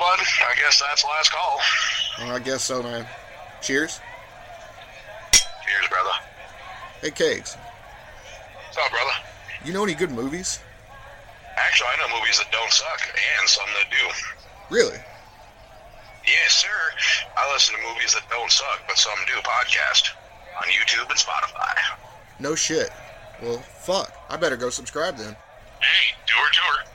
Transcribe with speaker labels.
Speaker 1: I guess that's last call.
Speaker 2: Well, Oh, I guess so, man. Cheers.
Speaker 1: Cheers, brother.
Speaker 2: Hey, Cakes,
Speaker 1: What's up, brother?
Speaker 2: you know any good movies?
Speaker 1: Actually, I know movies that don't suck and some that do.
Speaker 2: Really?
Speaker 1: Yes, sir. I listen to movies that don't suck, but some do podcast on YouTube and Spotify.
Speaker 2: No shit. Well, fuck. I better go subscribe then.
Speaker 1: Hey, do or do her.